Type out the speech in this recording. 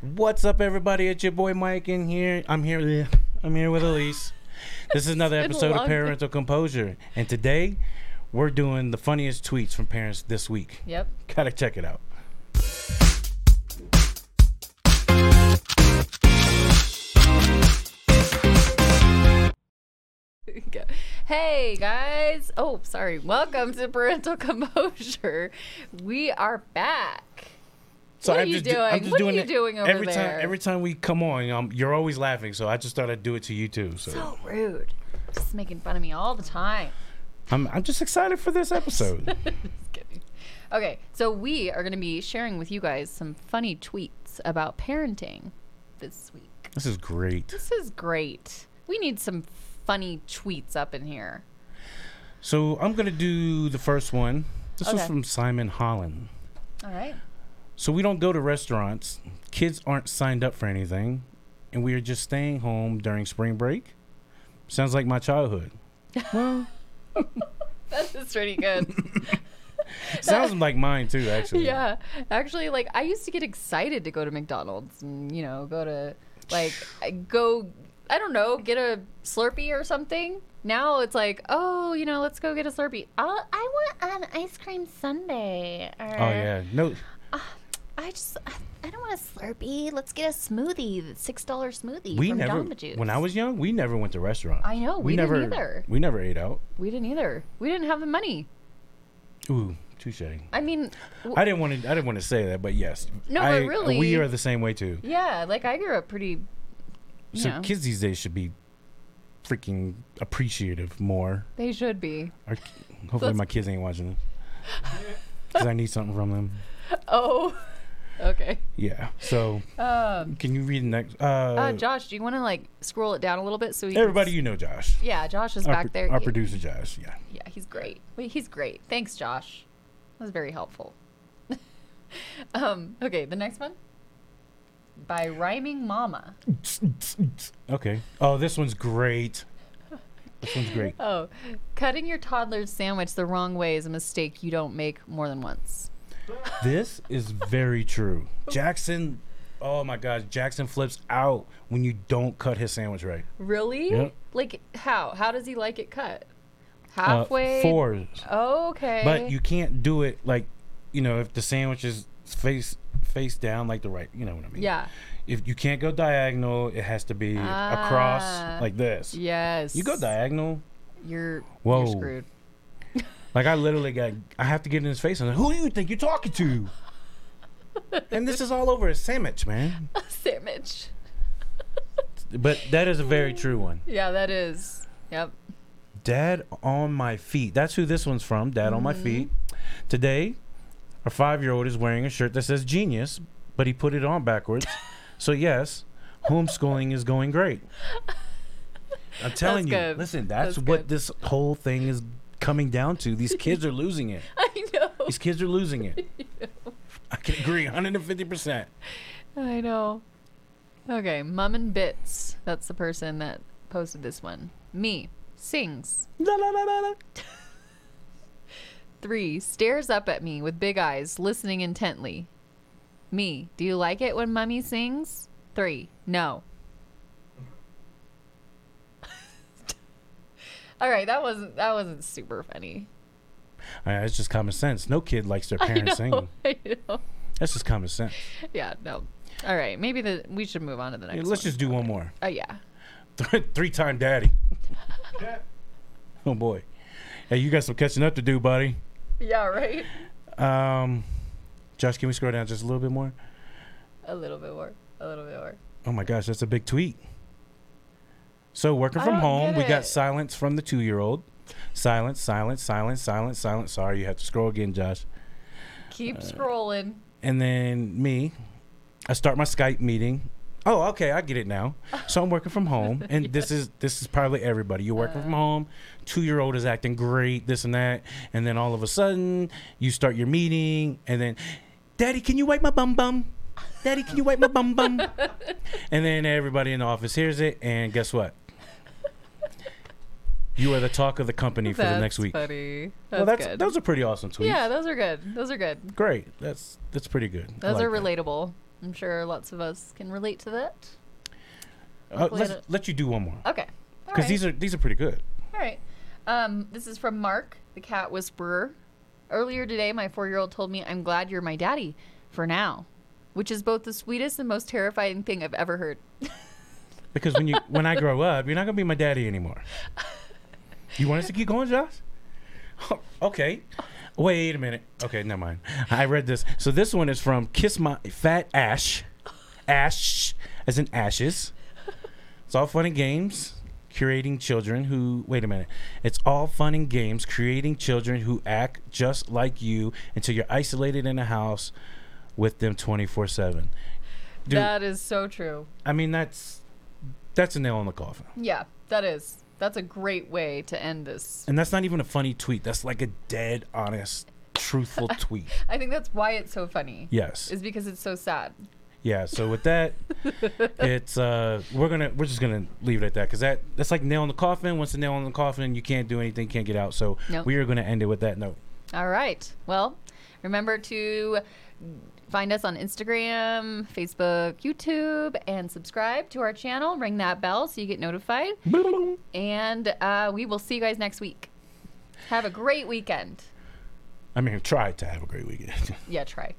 What's up, everybody? It's your boy Mike in here. I'm here. I'm here with Elise. This is another It's been episode of long. Parental Composure, and today we're doing the funniest tweets from parents this week. Yep. Gotta check it out. Go. hey guys. Oh, sorry. Welcome to Parental Composure. We are back. What are you do- doing? What are you it doing over every there? time. Every time we come on, um, you're always laughing. So I just thought I'd do it to you too. So, So rude. Just making fun of me all the time. I'm, I'm just excited for this episode. Just kidding. Okay, so we are going to be sharing with you guys some funny tweets about parenting this week. this is great. This is great. We need some funny tweets up in here. So I'm gonna do the first one. This was Okay. from Simon Holland. All right. So we don't go to restaurants. Kids aren't signed up for anything, and we are just staying home during spring break. Sounds like my childhood. That is pretty good. Sounds like mine too, actually. Yeah, actually, like I used to get excited to go to McDonald's and you know go to like I go I don't know get a Slurpee or something. Now it's like oh you know let's go get a Slurpee. I'll, I want an ice cream sundae. Or Oh yeah. No. I just I, I don't want a Slurpee. Let's get a smoothie, the six dollar smoothie We from never. Jamba Juice. When I was young, we never went to restaurants. I know, we didn't never. either. We never ate out. we didn't either. We didn't have the money. Ooh, touche. I mean, w- I didn't want to. I didn't want to say that, but yes. No, but I, really- we are the same way too. yeah, like I grew up pretty. You So know, kids these days should be freaking appreciative more. they should be. Our, hopefully, That's- my kids ain't watching this because I need something from them. Oh, okay. Yeah. So Um. Can you read the next? Uh, Uh, Josh, do you want to like scroll it down a little bit so we can everybody, s- you know Josh. yeah, Josh is Our back pro- there. Our Yeah, producer, Josh. Yeah. yeah, he's great. Wait, he's great. Thanks, Josh. That was very helpful. um, okay, the next one by Rhyming Mama. Okay. Oh, this one's great. This one's great. Oh, cutting your toddler's sandwich the wrong way is a mistake you don't make more than once. This is very true. Jackson. Oh my gosh, Jackson flips out when you don't cut his sandwich right. Really? Yep. Like how? How does he like it cut? Uh, Halfway. fours. Okay. But you can't do it like, you know, if the sandwich is face face down like the right. You know what I mean? Yeah. If you can't go diagonal, it has to be Ah. across like this. Yes. You go diagonal. You're. Whoa. You're screwed. Like I literally got, I have to get in his face. I'm like, who do you think you're talking to? and this is all over a sandwich, man. sandwich. But that is a very true one. Yeah, that is. Yep. Dad on my feet. That's who this one's from. Dad on my Mm-hmm. feet. Today, our five-year-old is wearing a shirt that says genius, but he put it on backwards. so yes, homeschooling is going great. I'm telling you. good. Listen, that's, That's what good. this whole thing is coming down to. These kids are losing it. I know. These kids are losing it. I can agree 150%. I know. Okay, Mum and Bits. That's the person that posted this one. Me sings. La, la, la, la, la. Three stares up at me with big eyes, listening intently. Me, do you like it when Mummy sings? Three, no. All right, that wasn't that wasn't super funny. Uh, it's just common sense. No kid likes their I know. parents singing. I know. That's just common sense. Yeah, no. All right, maybe the we should move on to the next. Yeah, let's one. just do one more. Oh yeah. Three time daddy. oh, boy. Hey, you got some catching up to do, buddy. Yeah, right? Um, Josh, can we scroll down just a little bit more? A little bit more. A little bit more. Oh, my gosh, that's a big tweet. So, working I from don't home, get we got it. silence from the two year old. Silence, silence, silence, silence, silence. Sorry, you have to scroll again, Josh. Keep scrolling. and then me. I start my Skype meeting. Oh, okay, I get it now. So I'm working from home, and this is this is probably everybody. You're working Uh. from home. Two year old is acting great, this and that, and then all of a sudden you start your meeting, and then, Daddy, can you wipe my bum bum? Daddy, can you wipe my bum bum? and then everybody in the office hears it, and guess what? You are the talk of the company for the next week. Funny. That's well, that's good. those are pretty awesome tweets. yeah, those are good. Those are good. great. That's that's pretty good. I Those like are that. relatable. I'm sure lots of us can relate to that. Uh, Hopefully let's, it'll- let you do one more Okay. All because right. these are these are pretty good. All right. Um, this is from Mark, the cat whisperer. Earlier today, my four year old told me, I'm glad you're my daddy for now, which is both the sweetest and most terrifying thing I've ever heard. Because when you when I grow up, you're not gonna be my daddy anymore. You want us to keep going, Josh? okay. Wait a minute. Okay, never mind. I read this. So this one is from Kiss My Fat Ash. Ash as in ashes. It's all fun and games. Curating children who wait a minute. It's all fun and games creating children who act just like you until you're isolated in a house with them twenty four seven. Dude, That is so true. I mean that's that's a nail in the coffin. Yeah, that is. That's a great way to end this. And that's not even a funny tweet. That's like a dead, honest, truthful tweet. I think that's why it's so funny. Yes. Is because it's so sad. Yeah. So with that, it's uh, we're gonna we're just gonna leave it at that because that that's like nail in the coffin. Once the nail in the coffin, you can't do anything, can't get out. So Nope. we are gonna end it with that note. All right. Well, remember to find us on Instagram, Facebook, YouTube, and subscribe to our channel. Ring that bell so you get notified. And uh, we will see you guys next week. Have a great weekend. I mean, try to have a great weekend. Yeah, try.